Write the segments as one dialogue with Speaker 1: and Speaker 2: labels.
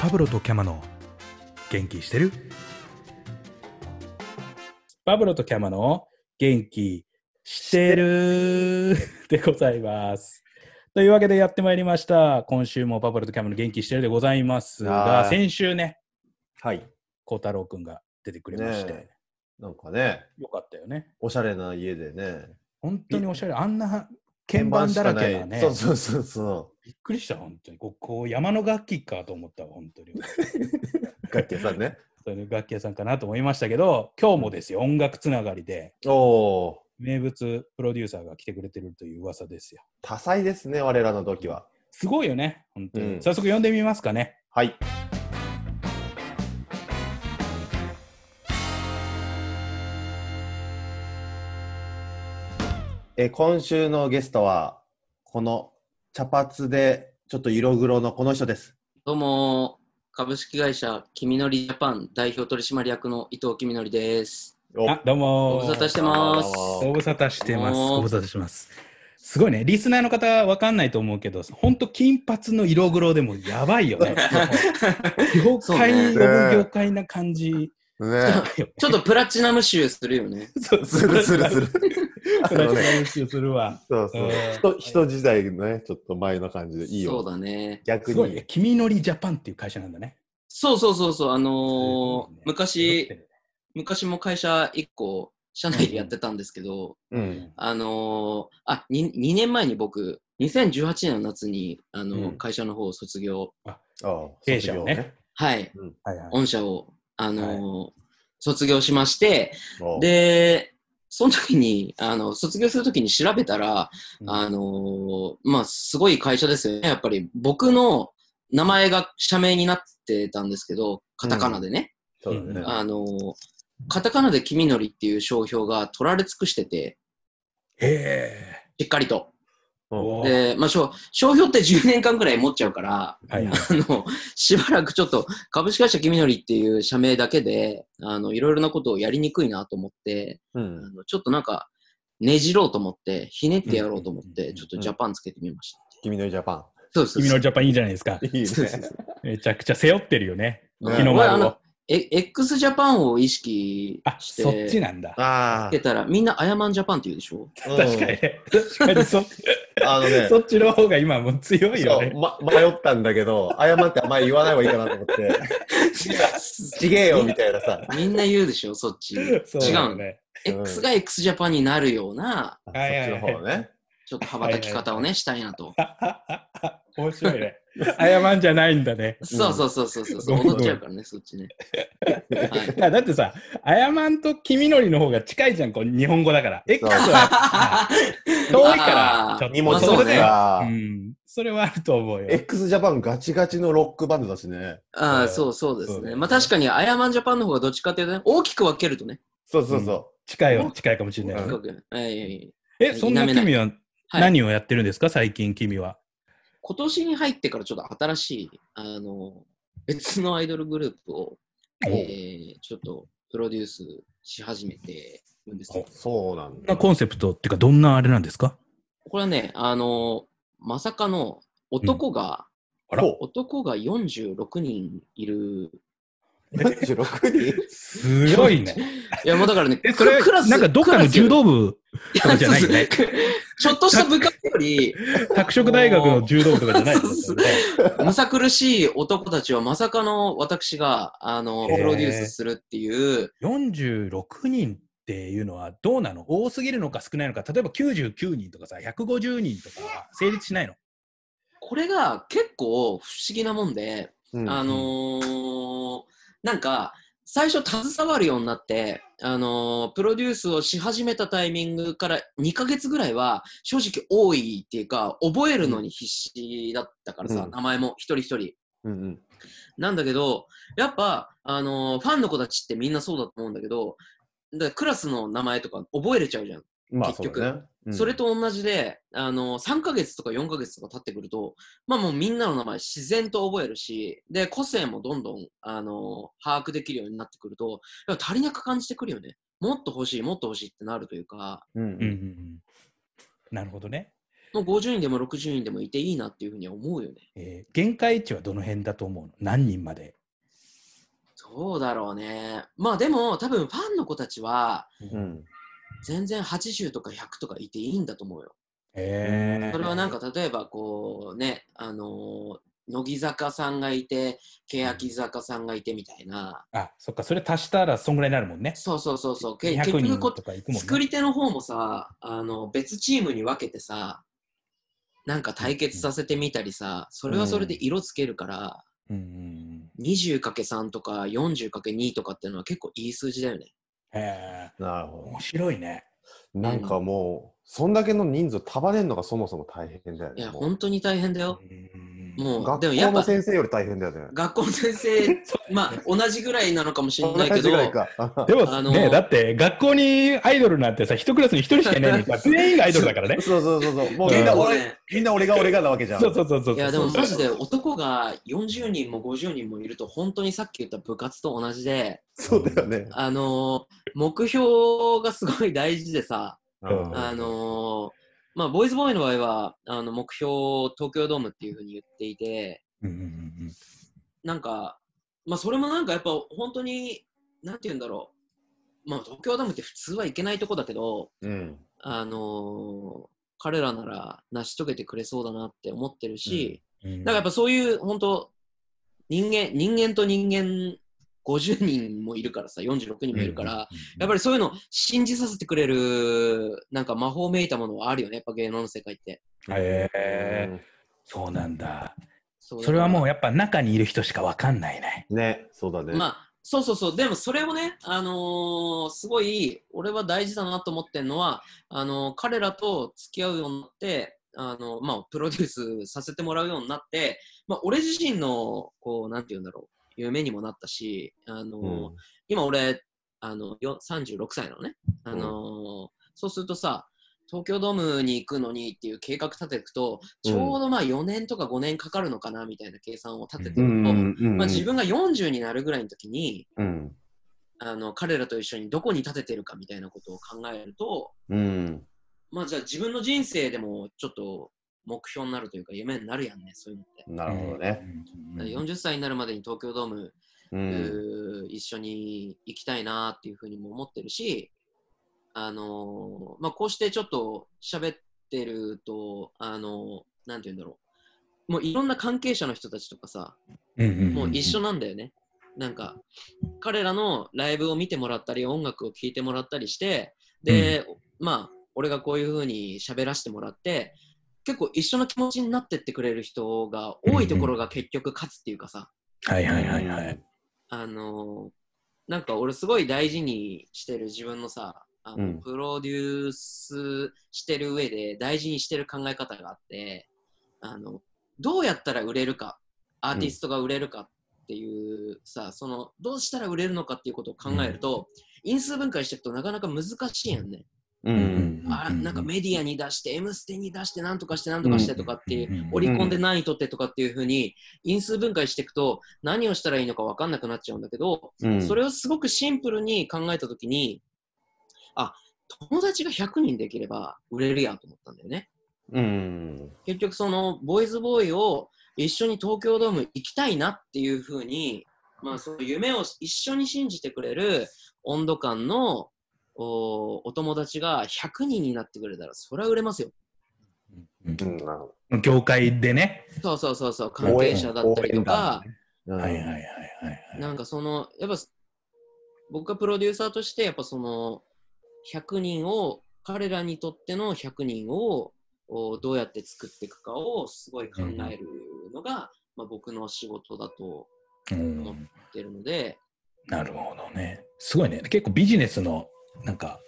Speaker 1: パブロとキャマの元気してるパブロとキャマの元気してる でございます。というわけでやってまいりました。今週もパブロとキャマの元気してるでございます
Speaker 2: は
Speaker 1: が、
Speaker 2: い
Speaker 1: 先週ね、
Speaker 2: はい。
Speaker 1: 孝太郎くんが出てくれまして、
Speaker 2: ねなんかね、
Speaker 1: よかったよね。
Speaker 2: おしゃれな家でね。
Speaker 1: 本当におしゃれ。あんな鍵盤だらけなね。
Speaker 2: そうそうそうそ
Speaker 1: びっくりした、本当に。ここう山の楽器かと思ったわ、本当に。
Speaker 2: う。楽器屋さ んね。
Speaker 1: そういう楽器屋さんかなと思いましたけど、今日もですよ、音楽つながりで、
Speaker 2: おお
Speaker 1: 名物プロデューサーが来てくれてるという噂ですよ。
Speaker 2: ー、多彩ですね、我らの時は。
Speaker 1: すごいよね、本当に。
Speaker 2: うん
Speaker 1: 早速呼んでみますかね。
Speaker 2: はい。え今週のゲストは、この茶髪でちょっと色黒のこの人です。
Speaker 3: どうも株式会社君のりジャパン代表取締役の伊藤君のりです。
Speaker 2: お
Speaker 1: あ、どう
Speaker 3: ご
Speaker 1: もー。
Speaker 3: 無沙汰してます。
Speaker 1: ご無沙汰してます。
Speaker 3: どうも
Speaker 1: ご無沙汰してます。すごいね、リスナーの方わかんないと思うけど、本当金髪の色黒でもやばいよ ね。業
Speaker 3: そう
Speaker 1: 界、
Speaker 3: ね
Speaker 1: 呼ぶ業界な感じ。
Speaker 2: ね
Speaker 3: ちょっとプラチナム集するよね。
Speaker 1: そう
Speaker 2: するするす
Speaker 1: る。
Speaker 2: る。
Speaker 1: それはするわ。
Speaker 2: そうそうう。
Speaker 1: ん
Speaker 2: 人、人自体のね、ちょっと前の感じでいいよ。
Speaker 3: そうだね。
Speaker 2: 逆
Speaker 1: すごい
Speaker 2: に
Speaker 1: ね。。君のりジャパンっていう会社なんだね。
Speaker 3: そうそうそうそう、あのー
Speaker 1: すごいね
Speaker 3: 昔、、 昔も会社1個、社内でやってたんですけど、
Speaker 2: うん。
Speaker 3: あのーあ2、2年前に僕、2018年の夏に、あのー
Speaker 2: うん
Speaker 3: 会社の方を卒業、
Speaker 2: ああ
Speaker 1: 弊社をね。
Speaker 3: はい、
Speaker 1: はいはい。
Speaker 3: 御社を、あのー卒業しまして、
Speaker 2: 卒業ね、
Speaker 3: で、その時に、あの、卒業する時に調べたら、
Speaker 1: うん
Speaker 3: あのーまあ、すごい会社ですよね。やっぱり僕の名前が社名になってたんですけど、カタカナでね。
Speaker 2: そうだね。
Speaker 1: うん
Speaker 3: あのーカタカナで君のりっていう商標が取られ尽くしてて、
Speaker 1: へ
Speaker 3: しっかりと。
Speaker 2: うん
Speaker 1: おー
Speaker 3: で、まあ、商商標って10年間くらい持っちゃうから、
Speaker 1: え。はいはい。
Speaker 3: あの、しばらくちょっと、株式会社君のりっていう社名だけで、あの、いろいろなことをやりにくいなと思って、
Speaker 2: う
Speaker 3: あ
Speaker 2: ん。
Speaker 3: のちょっとなんか、ねじろうと思って、ひねってやろうと思っ
Speaker 1: うんうんうんう
Speaker 3: て、
Speaker 1: ん
Speaker 3: ちょっとジャパンつけてみました。
Speaker 2: 君のジャパ
Speaker 3: そうです。
Speaker 1: 君のジャパンいいじゃないですか
Speaker 2: ン。。いいね。
Speaker 3: そうそうそう
Speaker 1: めちゃくちゃ背負ってるよね。
Speaker 2: うん
Speaker 1: 日の
Speaker 3: まああ
Speaker 1: 丸を
Speaker 3: の。え X ジャパンを意識
Speaker 1: あ、
Speaker 3: して、
Speaker 1: そっちなんだ。
Speaker 2: あ
Speaker 3: つけたら、みんなアヤマンジャパンって言うで しょ
Speaker 2: あ、うん
Speaker 1: 確かに。 ね。確かにそ
Speaker 2: あのね、
Speaker 1: そっちの方が今もう強いよ
Speaker 2: そう
Speaker 1: ね。
Speaker 2: ま、迷ったんだけど、謝ってあんまり言わない方がいいかなと思って、 ちげえよみたいなさ。
Speaker 3: みんな言うでしょそっち。
Speaker 1: そうだよ
Speaker 3: 違うの
Speaker 1: ね。
Speaker 2: うん
Speaker 3: X が X ジャパンになるような、
Speaker 2: そっ
Speaker 1: はいはい
Speaker 2: ち
Speaker 1: は
Speaker 2: の
Speaker 1: い
Speaker 2: 方ね。
Speaker 3: ちょっと羽ばたき方をね、したいなと。
Speaker 1: 面白いね。謝んじゃないんだね。
Speaker 3: そうそうそうそうそう、
Speaker 1: ごめん
Speaker 3: 踊っちゃうからね、そっちね。はい
Speaker 1: いやだってさ、謝んと君のりの方が近いじゃん、こう日本語だから。X は遠いから
Speaker 3: あー、
Speaker 1: ちょっと
Speaker 2: 荷物
Speaker 3: まあそ
Speaker 2: と
Speaker 3: うね
Speaker 1: う
Speaker 2: か、
Speaker 1: ん。それはあると思うよ。
Speaker 2: x ジャパンガチガチのロックバンドだしね。
Speaker 3: ああ、そうそうで
Speaker 1: そ
Speaker 3: す
Speaker 1: うだ
Speaker 3: ね。
Speaker 1: よね
Speaker 3: まあ確かに、アヤマンジャパンの方がどっちかっていうとね、大きく分けるとね。
Speaker 2: そうそうそ
Speaker 1: 近いは近いかもしれないよね。
Speaker 3: 大きく分けるはいはいはい
Speaker 1: え、そんな君は
Speaker 3: はい
Speaker 1: 何をやってるんですか、最近君は。
Speaker 3: 今年に入ってからちょっと新しい、あの、別のアイドルグループを、えーちょっとプロデュースし始めてるんですけど
Speaker 2: う。そうなん
Speaker 1: どんな
Speaker 2: だ。
Speaker 1: コンセプトっていうか、どんなあれなんですか
Speaker 3: これはね、あの、まさかの男が、
Speaker 1: あら
Speaker 2: ほ
Speaker 3: 男が46人いる。
Speaker 2: う46人
Speaker 1: すごいね。
Speaker 3: いや、もうだからね、
Speaker 1: え、それ
Speaker 3: ククラ、ス
Speaker 1: なんかどっかの柔道部、と
Speaker 3: ク
Speaker 1: か
Speaker 3: ラス
Speaker 1: じゃないよね
Speaker 3: ちょっとした部活より、
Speaker 1: 拓殖大学の柔道部とかじゃないですよね。
Speaker 3: むさ苦しい男たちをまさかの私が、あの、
Speaker 1: へー
Speaker 3: プロデュースするっていう、
Speaker 1: 46人っていうのはどうなの多すぎるのか少ないのか、例えば99人とかさ、150人とかは成立しないの。
Speaker 3: これが結構不思議なもんで、
Speaker 2: うん
Speaker 3: あのーなんか最初携わるようになって、あのープロデュースをし始めたタイミングから2ヶ月ぐらいは正直多いっていうか覚えるのに必死だったからさ、
Speaker 2: うん
Speaker 3: 名前も一人一人
Speaker 2: うんうん
Speaker 3: なんだけどやっぱ、あのーファンの子たちってみんなそうだと思うんだけどだからクラスの名前とか覚えれちゃうじゃん、
Speaker 2: まあ
Speaker 3: 結
Speaker 2: そう
Speaker 3: 局
Speaker 2: だね。うん
Speaker 3: それ、と同じで、あのー3ヶ月とか4ヶ月とか経ってくるとまあもうみんなの名前自然と覚えるし、で、個性もどんどん、あのー把握できるようになってくると、やっぱ足りなく感じてくるよね。もっと欲しい、もっと欲しいってなるというか、
Speaker 2: うんう
Speaker 1: うんうん
Speaker 2: ん
Speaker 1: うんなるほどね。
Speaker 3: もう50人でも60人でもいていいなっていうふうには思うよね。
Speaker 1: えー限界値はどの辺だと思うの何人まで、
Speaker 3: どうだろうね。まあでも多分ファンの子たちは
Speaker 2: うん。
Speaker 3: 全然80とか100とかいていいんだと思うよ。
Speaker 1: えー
Speaker 3: それはなんか例えばこうね、あのー乃木坂さんがいて、欅坂さんがいてみたいな。
Speaker 1: あそっかそれ足したらそんぐらいになるもんね
Speaker 3: そうそうそうそう。け結
Speaker 1: 200人
Speaker 3: 局こと
Speaker 1: かいくもんね
Speaker 3: 作り手の方もさあの別チームに分けてさなんか対決させてみたりさそれはそれで色つけるから、
Speaker 1: うんうんうん、
Speaker 3: 20×3 とか 40×2 とかっていうのは結構いい数字だよね
Speaker 1: え
Speaker 2: なるほ
Speaker 1: ー、
Speaker 2: ど。
Speaker 1: 面白いね
Speaker 2: なんかもう、そんだけの人数束ねんのがそもそも大変だよ
Speaker 3: い
Speaker 2: ね。
Speaker 3: や
Speaker 2: もう
Speaker 3: 本当に大変だよ
Speaker 1: う
Speaker 3: もう
Speaker 2: 学
Speaker 3: でもや
Speaker 2: 校
Speaker 3: っ
Speaker 2: の
Speaker 3: ぱ
Speaker 2: 先生より大変だよね。
Speaker 3: 学校の先 生まあ同じぐらいなのかもしれないけ
Speaker 2: 同じ
Speaker 3: ど
Speaker 2: ぐらいか。
Speaker 1: でも、
Speaker 3: あの
Speaker 1: ねだって学校にアイドルなんてさ一クラスに一人しかいないのにさ全員がアイドルだから ね
Speaker 2: そうそうそうそう。もうみ
Speaker 3: 結
Speaker 2: んな
Speaker 3: 構
Speaker 2: 俺、
Speaker 3: ね
Speaker 2: みんな俺が俺がなわけじゃん。
Speaker 1: そうそうそうそう
Speaker 3: いやでもマジで男が40人も50人もいると本当にさっき言った部活と同じで
Speaker 2: そうだよね。
Speaker 3: あのー目標がすごい大事でさ
Speaker 1: うん
Speaker 3: あのーまあ、ボーイズボーイの場合は、あの、目標を東京ドームっていうふうに言っていて、
Speaker 1: うんうんうん
Speaker 3: なんか、まあ、それもなんかやっぱ本当に、なんて言うんだろう。まあ、東京ドームって普通はいけないとこだけど、
Speaker 2: うん。
Speaker 3: あのー彼らなら成し遂げてくれそうだなって思ってるし、
Speaker 1: うんうん
Speaker 3: なんかやっぱそういう本当、人間、人間と人間50人もいるからさ、46人もいるから、やっぱりそういうの信じさせてくれるなんか魔法めいたものはあるよねやっぱ芸能の世界って
Speaker 1: へえそうなんだ
Speaker 3: そ
Speaker 1: それはもうや
Speaker 3: や
Speaker 1: っぱ中にいる人しかわかんないね
Speaker 2: ね、そうだね。
Speaker 3: まあそうそうそうでもそれをねあのーすごい俺は大事だなと思ってるのはあのー彼らと付き合うようになってあのまあプロデュースさせてもらうようになってまあ俺自身のこうなんて言うんだろう夢にもなったしあのー
Speaker 2: うん
Speaker 3: 今俺あのよ36歳なのね、あのーそうするとさ東京ドームに行くのにっていう計画立てていくとちょうどまあ4年とか5年かかるのかなみたいな計算を立てて
Speaker 2: う
Speaker 3: ると、
Speaker 2: んうんうん
Speaker 3: まあ、自分が40になるぐらいの時に
Speaker 2: うん
Speaker 3: あの彼らと一緒にどこに立ててるかみたいなことを考えると、
Speaker 2: うん
Speaker 3: まあ、じゃあ自分の人生でもちょっと目標になるというか夢になるやんねそういうのって。
Speaker 2: なるほどね。
Speaker 1: うん
Speaker 3: だから40歳になるまでに東京ドーム
Speaker 2: うん
Speaker 3: 一緒に行きたいなっていうふうにも思ってるし、あのーまあ、こうしてちょっと喋ってると、あのーなんて言うんだろう、もういろんな関係者の人たちとかさ、
Speaker 1: うんんん
Speaker 3: もう一緒なんだよね。なんか、彼らのライブを見てもらったり、音楽を聴いてもらったりして、で、まあ、俺がこういうふうに喋らせてもらって、結構一緒の気持ちになってってくれる人が多いところが結局勝つっていうかさ、
Speaker 1: はいはいはいはい。
Speaker 3: あのなんか俺すごい大事にしてる自分のさあの、
Speaker 2: うん
Speaker 3: プロデュースしてる上で大事にしてる考え方があってあのどうやったら売れるかアーティストが売れるかっていうさ、そのどうしたら売れるのかっていうことを考えると、因数分解していくとなかなか難しいやんね、
Speaker 2: うん
Speaker 3: あなんかメディアに出して「M ステ」に出してなんとかしてなんとかしてとかっていう、
Speaker 1: うん
Speaker 3: オリコンで何位取ってとかっていうふうに因数分解していくと何をしたらいいのか分かんなくなっちゃうんだけど、
Speaker 2: うん
Speaker 3: それをすごくシンプルに考えたときに、あ、友達が100人できれば売れるやと思ったんだよね。
Speaker 2: うん
Speaker 3: 結局その、ボーイズボーイを一緒に東京ドーム行きたいなっていうふうに、まあその夢を一緒に信じてくれる温度感のおお友達が100人になってくれたら、それは売れますよ。
Speaker 1: うん
Speaker 2: うんなるほ
Speaker 1: うん業界でね。
Speaker 3: そうそうそうそう、
Speaker 2: ど
Speaker 3: 関係者だったりとか、
Speaker 2: 応援応援団
Speaker 1: はいはいは
Speaker 2: ね
Speaker 1: いはいはい。
Speaker 3: なんかその、やっぱ僕がプロデューサーとして、やっぱその100人を、彼らにとっての100人をおどうやって作っていくかをすごい考えるのが、まあ、僕の仕事だと
Speaker 1: う
Speaker 3: 思
Speaker 1: ん
Speaker 3: ってるので、
Speaker 1: なるほどね。すごいね。結構ビジネスのなんか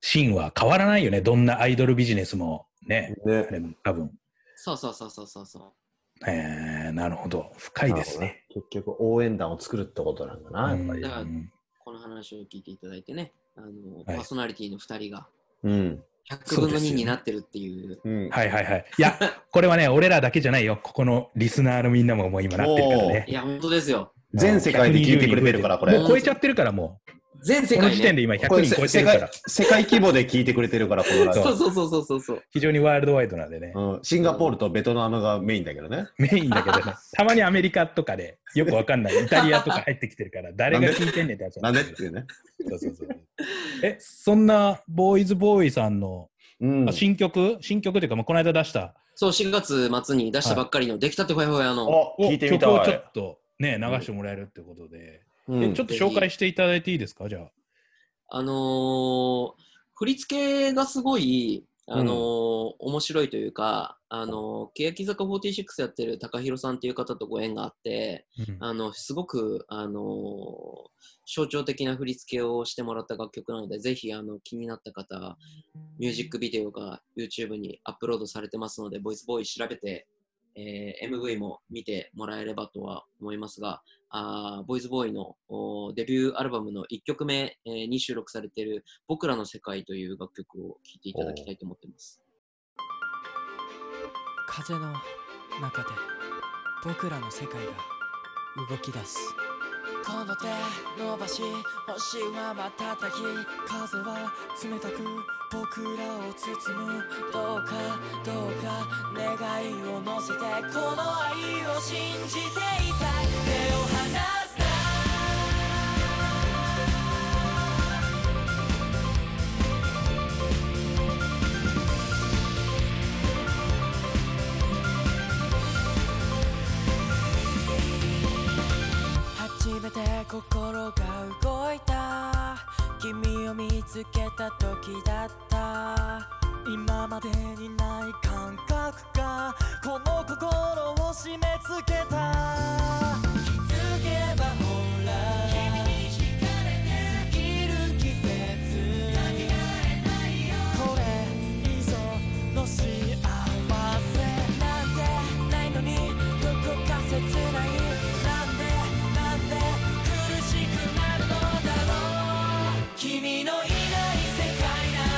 Speaker 1: シーンは変わらないよね。どんなアイドルビジネスもね。あ
Speaker 2: ね
Speaker 1: れも多分。
Speaker 3: そうそうそうそうそうそう。
Speaker 1: えー、なるほど。深いですね。
Speaker 2: 結局応援団を作るってことなんだなやっぱり
Speaker 3: だから
Speaker 1: うん
Speaker 3: この話を聞いていただいてね、あの
Speaker 1: はい
Speaker 3: パーソナリティの2人が
Speaker 2: うん
Speaker 3: 100分の
Speaker 1: そうです
Speaker 3: 2
Speaker 1: よ
Speaker 3: になってるっていう。
Speaker 2: うん
Speaker 1: はいはいはい。いや、これはね、俺らだけじゃないよ。ここのリスナーのみんなももう今なってるからね
Speaker 3: い。や、本当ですよ。
Speaker 2: 全世界で聞いてくれてるからこれ
Speaker 1: もう超えちゃってるからもう。
Speaker 3: 全世
Speaker 1: この
Speaker 3: 界
Speaker 1: 時点
Speaker 3: ね。
Speaker 1: で今
Speaker 2: こ
Speaker 1: 100
Speaker 2: れ
Speaker 1: 人
Speaker 2: せ
Speaker 1: 超えて
Speaker 2: 世
Speaker 1: るか
Speaker 2: 界
Speaker 1: ら、
Speaker 2: 世界規模で聞いてくれて るから、このラジ
Speaker 3: そ
Speaker 2: オ
Speaker 3: うそうそうそうそうそう。
Speaker 1: 非常にワールドワイドなんでね、
Speaker 2: うん。シンガポールとベトナムがメインだけどね。
Speaker 1: メインだけどね、たまにアメリカとかで、よくわかんない、イタリアとか入ってきてるから、誰が聞いてんねんってやつ
Speaker 2: なん
Speaker 1: で
Speaker 2: です
Speaker 1: けど
Speaker 2: っていうね。
Speaker 1: そうそうそうえ、そんなボーイズボーイさんの、
Speaker 2: うん
Speaker 1: あ。新曲、新曲というか、まあ、この間出した
Speaker 3: そう、4月末に出したばっかりの出来たてほやほやの。
Speaker 2: お、聞いてみた
Speaker 1: 曲を
Speaker 2: わ
Speaker 1: ちょ。っとね、流してもらえるってことで、
Speaker 2: う
Speaker 1: え
Speaker 2: ん
Speaker 1: ちょっと紹介していただいていいですか、じゃあ。
Speaker 3: あのー振り付けがすごい、あのー面白いというか、あのー、欅坂46やってる高弘さんっていう方とご縁があって、
Speaker 1: うん
Speaker 3: あの、すごく、あのー象徴的な振り付けをしてもらった楽曲なので、ぜひ、あの、気になった方、ミュージックビデオが YouTube にアップロードされてますので、ボイスボーイ調べて、えー MV も見てもらえればとは思いますが、あーボイスボーイのおーデビューアルバムの1曲目、えーに収録されている僕らの世界という楽曲を聴いていただきたいと思ってます。
Speaker 4: 風の中で僕らの世界が動き出すこの手伸ばし星は瞬き風は冷たく僕らを包むどうかどうか願いを乗せてこの愛を信じていたい手を離すな初めて心が動いた君を見つけた時だった今までにない感覚がこの心を締め付けた気づけばほら君に惹かれて過ぎる季節これ以上の幸せなんてないのにどこか切ないなんでなんで苦しくなるのだろう君のいない世界な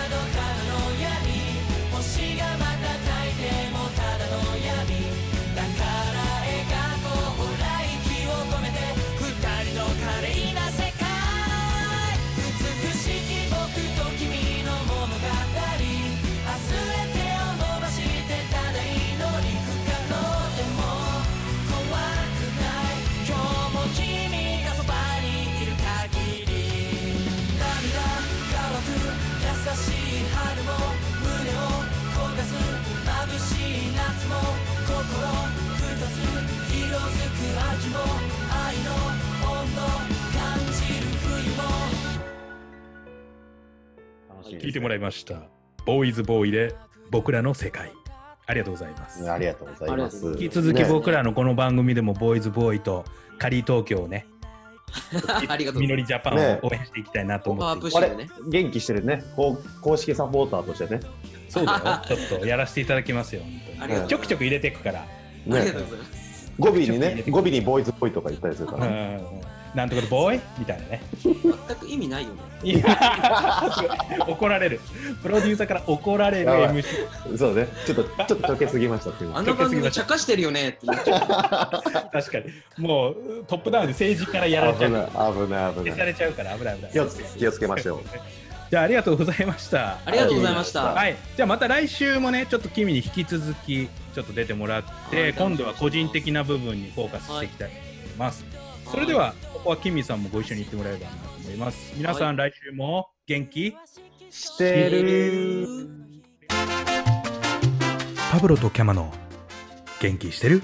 Speaker 4: どただの闇星がまたたいてもただの闇だから描こうほら息を込めて二人の華麗な世界美しき僕と君の物語あすべてを伸ばしてただ祈り不可能でも怖くない今日も君がそばにいる限り涙乾く優しい春も胸を焦がす眩しい夏も心二つ色づく秋も愛の温度感じる冬も
Speaker 1: 聞いてもらいました。ボーイズボーイで僕らの世界。ありがとうございます。
Speaker 2: ありがとうございます。
Speaker 3: あ
Speaker 1: 引
Speaker 3: り
Speaker 1: き
Speaker 3: がとう
Speaker 1: 続き
Speaker 3: ね
Speaker 1: 僕らのこの番組でもボーイズボーイとカリー東京をね、
Speaker 3: ありがとうご
Speaker 1: み
Speaker 3: ざ
Speaker 1: の
Speaker 3: い
Speaker 1: りジャパンを応援していきたいなと思っていて、
Speaker 3: ね
Speaker 2: あれ元気してるね。こう公式サポーターとしてね。
Speaker 1: そうだよ。ちょっとやらせていただきますよ。本当
Speaker 3: ありが
Speaker 1: に
Speaker 3: とう
Speaker 1: ちょくちょく入れていくから、
Speaker 3: ます。あ
Speaker 2: ね
Speaker 3: りがとうございます。
Speaker 2: 語尾に
Speaker 1: ちょっと入れ
Speaker 2: ね、
Speaker 1: て
Speaker 2: 語尾にボーイズっぽいとか言ったりするか
Speaker 1: う
Speaker 2: らね。
Speaker 1: ん、なんとかでボーイみたいなね。
Speaker 3: 全く意味ないよね。
Speaker 1: いや怒られる。プロデューサーから怒られる
Speaker 2: やばい
Speaker 1: MC。
Speaker 2: そうね。ちょっと、ちょっと溶けすぎましたっていう。
Speaker 3: あの番組茶化してるよねってなっちゃう。
Speaker 1: 確かに。もうトップダウンで政治家からやられちゃ
Speaker 2: 危
Speaker 1: う。
Speaker 2: ない、危ない、危
Speaker 1: 消さ
Speaker 2: ない。
Speaker 1: れちゃうから危ない危ない。
Speaker 2: 気をつけ、気をつけましょう。
Speaker 1: じゃあありがとうございました。
Speaker 3: ありがとうございました。
Speaker 1: はい、じゃあまた来週もねちょっと君に引き続きちょっと出てもらって、
Speaker 3: はい
Speaker 1: 今度は個人的な部分にフォーカスしていきたいと思います、それではここは君さんもご一緒に行ってもらえればなと思います皆さん、来週も元気
Speaker 2: してる。
Speaker 1: パブロとキャマの元気してる